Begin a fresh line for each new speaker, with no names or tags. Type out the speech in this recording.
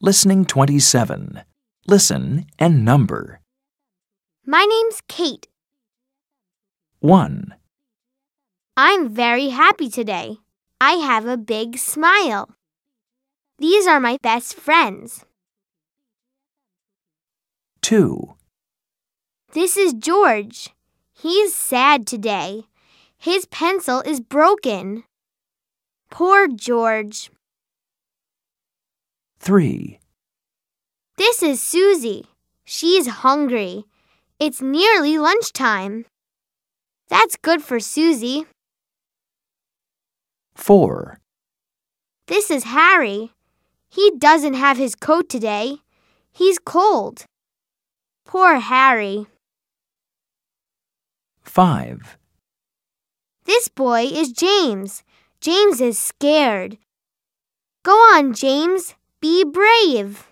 Listening 27. Listen and number.
My name's Kate.
1,
I'm very happy today. I have a big smile. These are my best friends.
2,
This is George. He's sad today. His pencil is broken. Poor George.
3,
This is Susie. She's hungry. It's nearly lunchtime. That's good for Susie.
4,
This is Harry. He doesn't have his coat today. He's cold. Poor Harry.
5,
This boy is James. James is scared. Go on, James. Be brave.